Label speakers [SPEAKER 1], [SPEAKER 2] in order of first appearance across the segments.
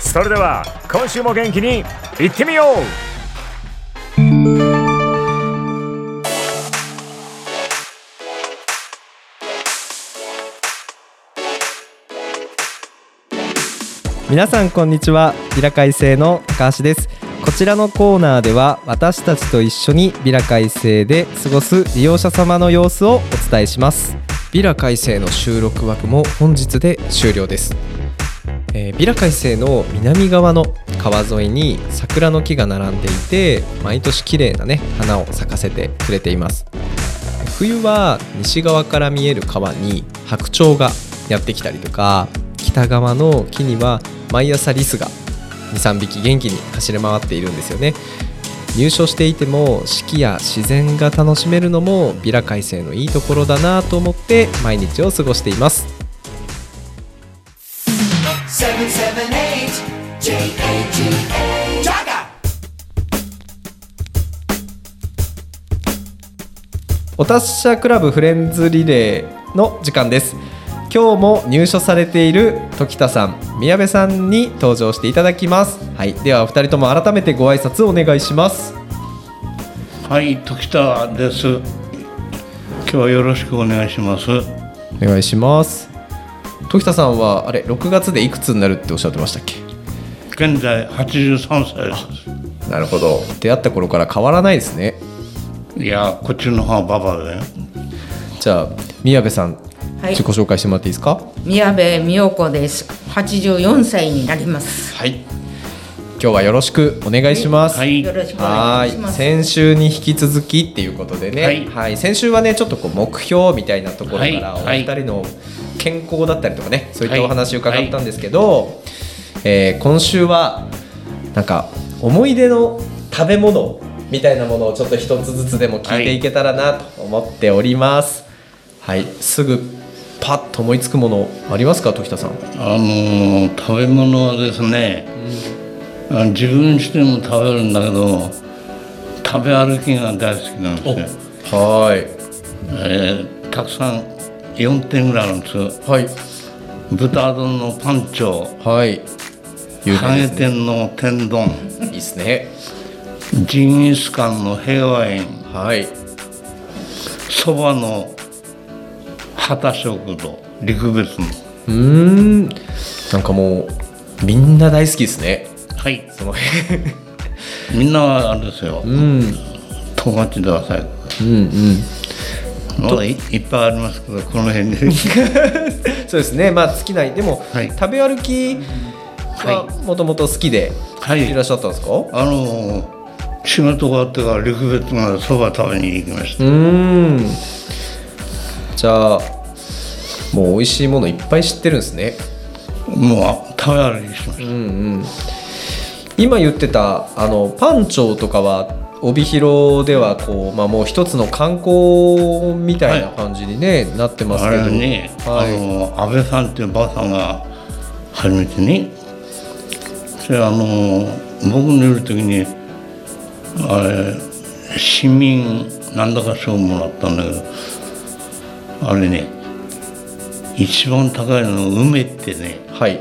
[SPEAKER 1] それでは今週も元気にいってみよう
[SPEAKER 2] 皆さんこんにちはビラ会生の高橋ですこちらのコーナーでは私たちと一緒にビラ会生で過ごす利用者様の様子をお伝えしますビラ会生の収録枠も本日で終了です、えービラ会生の南側の川沿いに桜の木が並んでいて毎年綺麗なね花を咲かせてくれています冬は西側から見える川に白鳥がやってきたりとか北側の木には毎朝リスが23匹元気に走り回っているんですよね入所していても四季や自然が楽しめるのもビラ改正のいいところだなと思って毎日を過ごしています
[SPEAKER 3] 778 J-A-G-A. Jaga!
[SPEAKER 2] お達者クラブフレンズリレーの時間です今日も入所されている時田さん宮部さんに登場していただきますはいではお二人とも改めてご挨拶をお願いします
[SPEAKER 4] はい、時田です。今日はよろしくお願いします。
[SPEAKER 2] お願いします時田さんはあれ6月でいくつになるっておっしゃってましたっけ
[SPEAKER 4] 現在83歳で
[SPEAKER 2] なるほど出会った頃から変わらないですね
[SPEAKER 4] す。いや、こっちの方はババアだよ。
[SPEAKER 2] じゃあ宮部さん、
[SPEAKER 5] はい
[SPEAKER 2] 自己紹介してもらっていいですか
[SPEAKER 5] 宮部美代子です。84歳になります。
[SPEAKER 2] はい今日はよろしくお願いします
[SPEAKER 4] はい
[SPEAKER 5] よろしくお願いし
[SPEAKER 2] は
[SPEAKER 5] ま
[SPEAKER 2] い
[SPEAKER 5] す。
[SPEAKER 2] 先週に引き続きっていうことでね、は
[SPEAKER 4] はいい
[SPEAKER 2] 先週はねちょっとこう目標みたいなところか
[SPEAKER 4] はい
[SPEAKER 2] らお
[SPEAKER 4] はい
[SPEAKER 2] 二人の健康だったりとかねそういったお話を
[SPEAKER 4] はい
[SPEAKER 2] 伺ったんですけど、えー今週はなんか思い出の食べ物みたいなものをちょっと一つずつでも聞いていけたらなと思っております。はい、すぐパッと思いつくものありますか時田さん
[SPEAKER 4] あのー食べ物はですね、あの自分しても食べるんだけど、食べ歩きが大好きなんですよ。
[SPEAKER 2] はい
[SPEAKER 4] えーたくさん4点ぐらいあるんですよ。
[SPEAKER 2] はい
[SPEAKER 4] 豚丼のパンチョ、
[SPEAKER 2] はい有
[SPEAKER 4] ハ
[SPEAKER 2] 名
[SPEAKER 4] ゲ
[SPEAKER 2] ですね
[SPEAKER 4] 天の天丼、
[SPEAKER 2] いいですね
[SPEAKER 4] ジンギスカンの平和園、
[SPEAKER 2] はい
[SPEAKER 4] そばの畑食堂陸別の
[SPEAKER 2] うーんなんかもうみんな大好きですね
[SPEAKER 4] はい
[SPEAKER 2] その
[SPEAKER 4] みんなはあれですよ十勝では最後
[SPEAKER 2] うんうん
[SPEAKER 4] まだいいっぱいありますけどこの辺 で
[SPEAKER 2] そうですねまあ好きなでも、
[SPEAKER 4] はい
[SPEAKER 2] 食べ歩きは
[SPEAKER 4] は
[SPEAKER 2] もともと好きで
[SPEAKER 4] はい
[SPEAKER 2] らっしゃったんですか、
[SPEAKER 4] あの仕事があってから陸別までそば食べに行きました
[SPEAKER 2] うーんじゃあもう美味しいものいっぱい知ってるんですね
[SPEAKER 4] もうあ食べ歩きしました、
[SPEAKER 2] 今言ってたあのパンチョとかは帯広ではこう、まあ、もう一つの観光みたいな感じに、ねなってます
[SPEAKER 4] あ
[SPEAKER 2] けど
[SPEAKER 4] れね、
[SPEAKER 2] はい
[SPEAKER 4] あの安倍さんっていうばあさんが初めてねそれあの僕のいる時にあれ市民なんだか賞もらったんだけどあれね一番高いの梅ってね
[SPEAKER 2] はい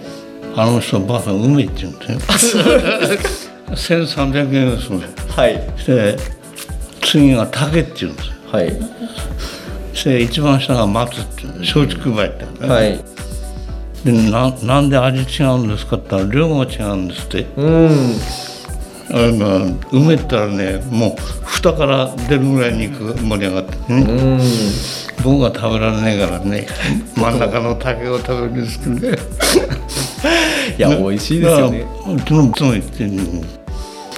[SPEAKER 4] あの人ばあさん梅って言うんで すよ1300円ですもん
[SPEAKER 2] はい
[SPEAKER 4] で次が竹って言うんですよ
[SPEAKER 2] はい
[SPEAKER 4] そして一番下が松って言うんです松竹梅って言うんだよね
[SPEAKER 2] はい
[SPEAKER 4] でななんで味違うんですかって言ったら量が違うんですって
[SPEAKER 2] うん
[SPEAKER 4] あれが梅ったらねもう蓋から出るぐらい肉盛り上がってね、
[SPEAKER 2] うん
[SPEAKER 4] 僕が食べられないからね 真ん中の竹を食べるんですけどね
[SPEAKER 2] いや美味しいですよね
[SPEAKER 4] だからうちの妻言ってんの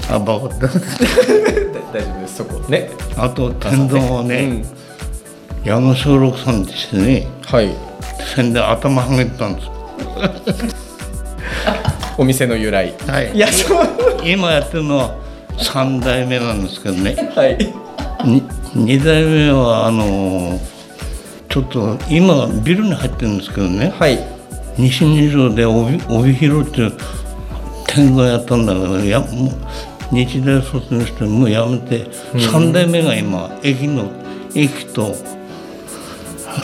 [SPEAKER 4] あバ
[SPEAKER 2] 大丈
[SPEAKER 4] カだ
[SPEAKER 2] 夫ですそこね
[SPEAKER 4] あと天丼をね、矢野正六さんってしてね
[SPEAKER 2] はい
[SPEAKER 4] 線で頭はげてたんです
[SPEAKER 2] お店の由来
[SPEAKER 4] はい
[SPEAKER 2] いやそう
[SPEAKER 4] 今やってるのは3代目なんですけどね
[SPEAKER 2] はい
[SPEAKER 4] 2代目はあのちょっと今ビルに入ってるんですけどね、
[SPEAKER 2] はい
[SPEAKER 4] 西二条で帯帯広っていう天狗をやったんだけどやもう日大卒にしてもうやめて、三3代目が今駅の駅と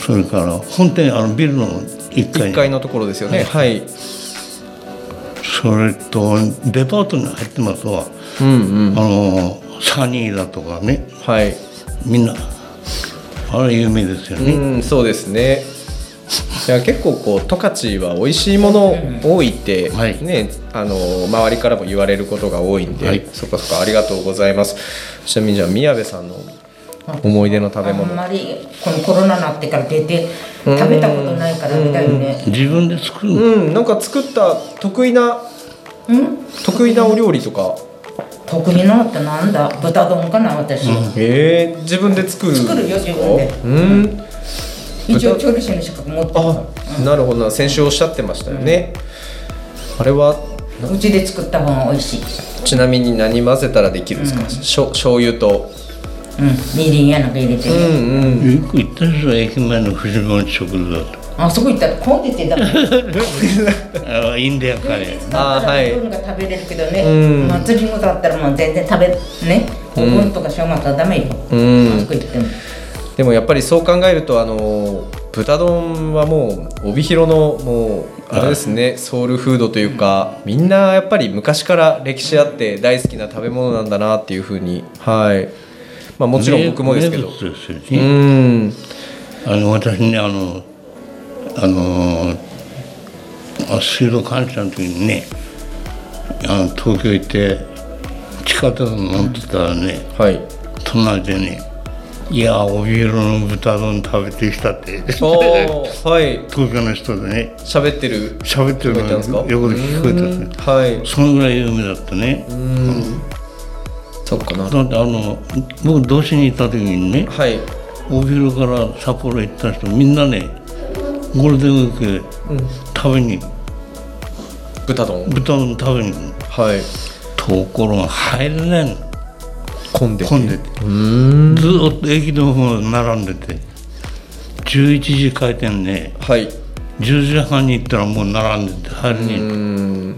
[SPEAKER 4] それから本店あのビルの1階
[SPEAKER 2] 1階のところですよねはい
[SPEAKER 4] それとデパートに入ってますわ、
[SPEAKER 2] うんうん
[SPEAKER 4] あのサニーだとかね
[SPEAKER 2] はい
[SPEAKER 4] みんなあれ有名ですよね、
[SPEAKER 2] うんそうですねいや結構こう十勝は美味しいもの多いって、
[SPEAKER 4] はい
[SPEAKER 2] ねあの周りからも言われることが多いんで、
[SPEAKER 4] はい
[SPEAKER 2] そっかそっかありがとうございますちなみにじゃあ宮部さんの思い出の食べ
[SPEAKER 5] あん
[SPEAKER 2] 物
[SPEAKER 5] まりこのコロナになってから出て食べたことないからみたいね
[SPEAKER 4] 自分で作るの、
[SPEAKER 2] うんなんか作った得意な
[SPEAKER 5] うん
[SPEAKER 2] 得意なお料理とか
[SPEAKER 5] 得意なのってなんだ豚丼かな私、
[SPEAKER 2] えー、自分で作る
[SPEAKER 5] 作るよ自分で
[SPEAKER 2] うん
[SPEAKER 5] 一応調理師の資格持ってる
[SPEAKER 2] あ
[SPEAKER 5] か
[SPEAKER 2] なるほどな先週おっしゃってましたよね、あれは
[SPEAKER 5] らうちで作った方が美味しい
[SPEAKER 2] ちなみに何混ぜたらできるんですか、しょ醤油と
[SPEAKER 5] うんみりんやなんか入れて、
[SPEAKER 2] うんうん
[SPEAKER 4] よく行ったでしょ駅前の藤本食堂と
[SPEAKER 5] あそこ行ったら混んでてだもん
[SPEAKER 4] あインディアカレー
[SPEAKER 2] あーはい
[SPEAKER 5] そういうのが食べれるけどね、
[SPEAKER 2] うん
[SPEAKER 5] 祭りごとだったらもう全然食べねお盆とか正月はダメよ、
[SPEAKER 2] うん
[SPEAKER 5] あそこ行っても
[SPEAKER 2] でもやっぱりそう考えるとあの豚丼はもう帯広のもうあれですねソウルフードというかみんなやっぱり昔から歴史あって大好きな食べ物なんだなっていうふうにはいまあもちろん僕もですけど
[SPEAKER 4] 名物です
[SPEAKER 2] う
[SPEAKER 4] よね
[SPEAKER 2] ん
[SPEAKER 4] あの私ねあのあのあ水道管理者の時にねあの東京行って地下鉄乗ってたらね
[SPEAKER 2] はい
[SPEAKER 4] 隣でね「いや帯広の豚丼食べてきた」って東
[SPEAKER 2] おーはい
[SPEAKER 4] 京の人でね
[SPEAKER 2] 喋ってる
[SPEAKER 4] 喋ってるの
[SPEAKER 2] 聞こえたんですか
[SPEAKER 4] が横で聞こえたんですね
[SPEAKER 2] はい
[SPEAKER 4] そのぐらい有名だったね
[SPEAKER 2] そっかな
[SPEAKER 4] だってあの僕同志に行った時にね
[SPEAKER 2] はい
[SPEAKER 4] お昼から札幌行った人みんなねゴールデンウィークで食べに、
[SPEAKER 2] 豚丼
[SPEAKER 4] 豚丼食べに行
[SPEAKER 2] はい
[SPEAKER 4] くところが入れないの
[SPEAKER 2] 混んで
[SPEAKER 4] 混んでてずーっと駅の方に並んでて11時開店ね
[SPEAKER 2] はい
[SPEAKER 4] 10時半に行ったらもう並んでて入れに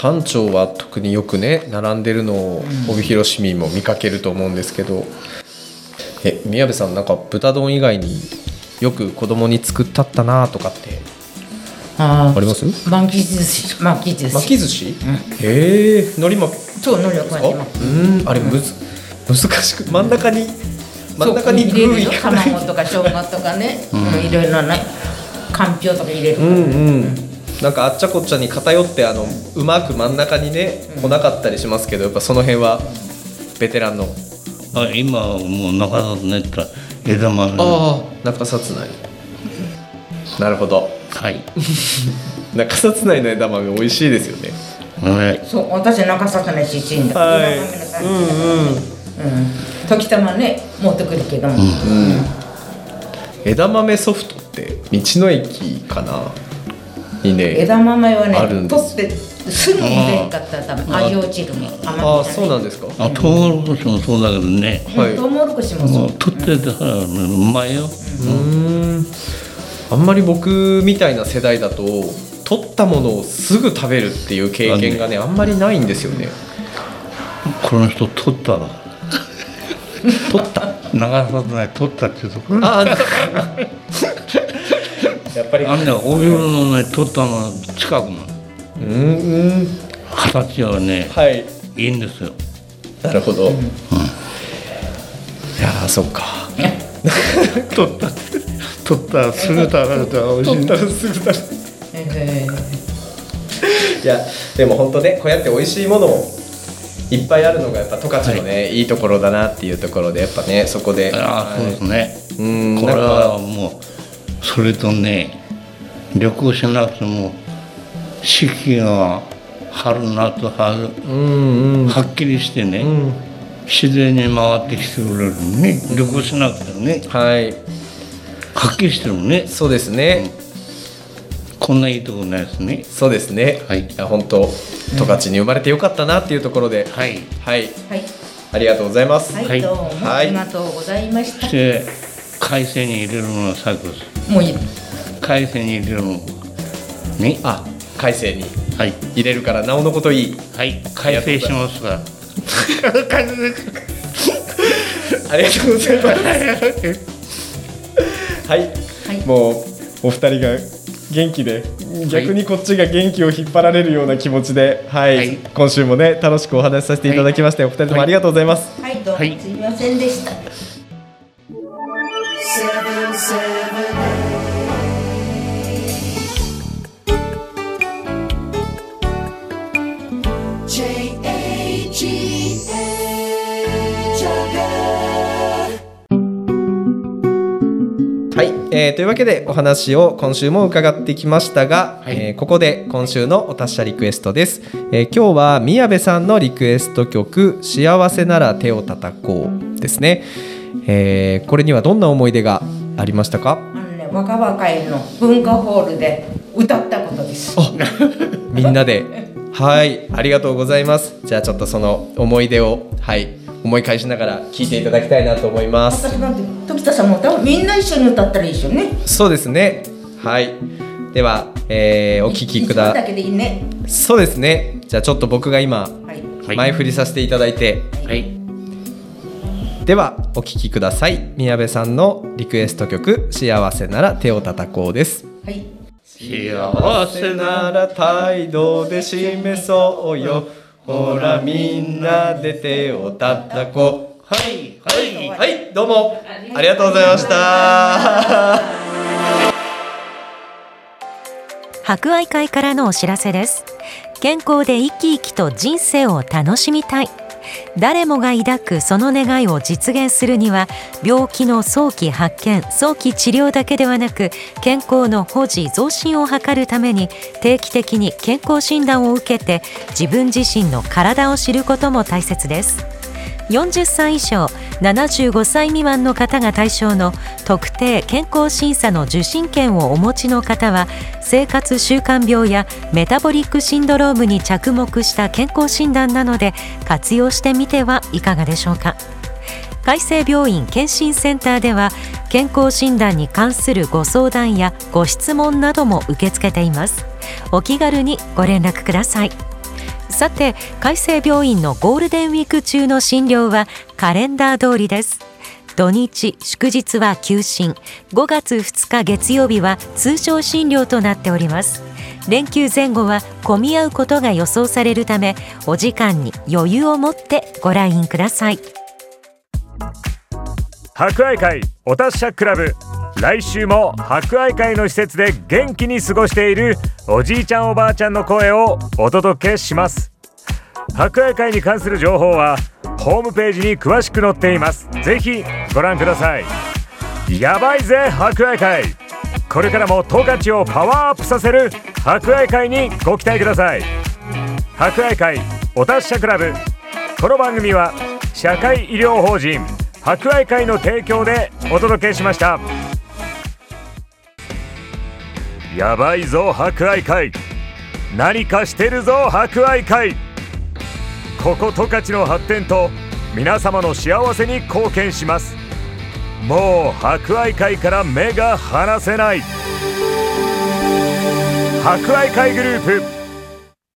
[SPEAKER 2] 丹長は特によくね並んでるのを帯広市民も見かけると思うんですけど、え宮部さんなんか豚丼以外によく子供に作ったったなとかって
[SPEAKER 5] あ
[SPEAKER 2] あります
[SPEAKER 5] 巻き寿司巻き寿司
[SPEAKER 2] 巻き寿司、へえ海苔巻きです
[SPEAKER 5] そう海苔をこう
[SPEAKER 2] か
[SPEAKER 5] やって巻く
[SPEAKER 2] うんあれむず、難しく真ん中に真ん中に
[SPEAKER 5] そう
[SPEAKER 2] グーい
[SPEAKER 5] 入れるよ
[SPEAKER 2] かない
[SPEAKER 5] 卵とか生姜とかね、うん、いろいろなかんぴょうとか入れる、
[SPEAKER 2] うんうんなんかあっちゃこっちゃに偏ってあのうまく真ん中にね来なかったりしますけどやっぱその辺はベテランの
[SPEAKER 4] あ今はもう中里ねって言ったら枝豆の
[SPEAKER 2] ああ中札内なるほど
[SPEAKER 4] はい
[SPEAKER 2] 中札内の枝豆美味しいですよね
[SPEAKER 4] はい
[SPEAKER 5] そう私中里の出身だ
[SPEAKER 2] はい
[SPEAKER 5] 今ごめんなさいうん時たまね持ってくるけども、
[SPEAKER 2] 枝豆ソフトって道の駅かなにね
[SPEAKER 5] 枝豆はね
[SPEAKER 2] あるんで
[SPEAKER 5] 取
[SPEAKER 2] す
[SPEAKER 5] ってすぐに出んかったら多分愛用チルも甘
[SPEAKER 2] ああ
[SPEAKER 5] み
[SPEAKER 2] そうなんですか
[SPEAKER 4] あトウモロコシもそうだけどね
[SPEAKER 5] が
[SPEAKER 2] は
[SPEAKER 5] ね
[SPEAKER 2] い
[SPEAKER 5] トウモロコシもそ
[SPEAKER 4] も
[SPEAKER 5] う
[SPEAKER 4] う取ってたからねうまいよ、
[SPEAKER 2] あんまり僕みたいな世代だと取ったものをすぐ食べるっていう経験がねあんまりないんですよね
[SPEAKER 4] この人取ったら 取った長さない取ったっていうところ
[SPEAKER 2] あ あやっぱり
[SPEAKER 4] あんねお風呂のね取ったの近くの
[SPEAKER 2] うんうん
[SPEAKER 4] 形はね
[SPEAKER 2] はい
[SPEAKER 4] いいんですよ
[SPEAKER 2] なるほど、いやーそっか
[SPEAKER 4] 取った取ったらすぐ食べると美味しいんだ
[SPEAKER 2] すぐ食べ
[SPEAKER 5] え
[SPEAKER 2] えいやでも本当ねこうやって美味しいものをいっぱいあるのがやっぱ十勝のね、い、いところだなっていうところでやっぱねそこで
[SPEAKER 4] ああそうですね、
[SPEAKER 2] うん
[SPEAKER 4] これ
[SPEAKER 2] な
[SPEAKER 4] はもうそれとね旅行しなくても四季が春夏春
[SPEAKER 2] うんうん
[SPEAKER 4] はっきりしてね、
[SPEAKER 2] ん
[SPEAKER 4] 自然に回ってきてくれるね旅行しなくてもね
[SPEAKER 2] はい
[SPEAKER 4] はっきりしてるね
[SPEAKER 2] そうですね、
[SPEAKER 4] こんないいとこないですね
[SPEAKER 2] そうですね、
[SPEAKER 4] はい
[SPEAKER 2] や本当十勝に生まれてよかったなっていうところで、
[SPEAKER 4] はい
[SPEAKER 2] はい
[SPEAKER 5] はい
[SPEAKER 2] ありがとうございます、
[SPEAKER 5] はい、
[SPEAKER 4] はい
[SPEAKER 5] どうも
[SPEAKER 2] は
[SPEAKER 5] あ
[SPEAKER 2] い
[SPEAKER 5] りがとうございまし
[SPEAKER 4] そ
[SPEAKER 5] た
[SPEAKER 4] して海鮮に入れるのは最高です
[SPEAKER 5] もういい
[SPEAKER 4] 海鮮に入れるのね
[SPEAKER 2] あ海星に
[SPEAKER 4] はい
[SPEAKER 2] 入れるからなおのこといい
[SPEAKER 4] はい改正しますから改正
[SPEAKER 2] ありがとうございますはい、
[SPEAKER 5] はい
[SPEAKER 2] もうお二人が元気で逆にこっちが元気を引っ張られるような気持ちで、はい
[SPEAKER 4] はい
[SPEAKER 2] 今週もね楽しくお話しさせていただきまして、お二人ともありがとうございます、
[SPEAKER 5] はいどうも
[SPEAKER 4] はい
[SPEAKER 5] すいませんでした、
[SPEAKER 3] J-A-G-A, Jagger.
[SPEAKER 2] はい、えーというわけでお話を今週も伺ってきましたが、
[SPEAKER 4] はい
[SPEAKER 2] えーここで今週のお達者リクエストです、えー今日は宮部さんのリクエスト曲「幸せなら手を叩こう」ですね、えーこれにはどんな思い出がありましたか
[SPEAKER 5] あのね若葉会の文化ホールで歌ったことです
[SPEAKER 2] みんなではいありがとうございますじゃあちょっとその思い出をはい思い返しながら聞いていただきたいなと思います
[SPEAKER 5] 私なんて時田さんも歌うみんな一緒に歌ったらいいですよね
[SPEAKER 2] そうですねはいでは、えーお聞きく
[SPEAKER 5] 一
[SPEAKER 2] だ
[SPEAKER 5] 番だけでいいね
[SPEAKER 2] そうですねじゃあちょっと僕が今
[SPEAKER 5] はい
[SPEAKER 4] はい
[SPEAKER 2] 前振りさせていただいて、
[SPEAKER 4] はい
[SPEAKER 2] ではお聴きください宮部さんのリクエスト曲「幸せなら手を叩こう」です
[SPEAKER 5] はい
[SPEAKER 4] 幸せな
[SPEAKER 2] ら態度で示そうよほらみんなで手を叩こう
[SPEAKER 4] はいはい
[SPEAKER 2] はいどうもありがとうございました
[SPEAKER 6] 博愛会からのお知らせです健康で生き生きと人生を楽しみたい誰もが抱くその願いを実現するには病気の早期発見早期治療だけではなく健康の保持増進を図るために定期的に健康診断を受けて自分自身の体を知ることも大切です40歳以上75歳未満の方が対象の特定健康審査の受診券をお持ちの方は生活習慣病やメタボリックシンドロームに着目した健康診断なので活用してみてはいかがでしょうか。海生病院健診センターでは健康診断に関するご相談やご質問なども受け付けていますお気軽にご連絡くださいさて海生病院のゴールデンウィーク中の診療はカレンダー通りです土日祝日は休診5月2日月曜日は通常診療となっております連休前後は混み合うことが予想されるためお時間に余裕を持ってご来院ください
[SPEAKER 1] 博愛会お達者クラブ来週も博愛会の施設で元気に過ごしているおじいちゃんおばあちゃんの声をお届けします博愛会に関する情報はホームページに詳しく載っていますぜひご覧くださいやばいぜ博愛会これからも十勝をパワーアップさせる博愛会にご期待ください博愛会お達者クラブこの番組は社会医療法人博愛会の提供でお届けしましたやばいぞ博愛会何かしてるぞ博愛会ここ十勝の発展と皆様の幸せに貢献しますもう博愛会から目が離せない博愛会グループ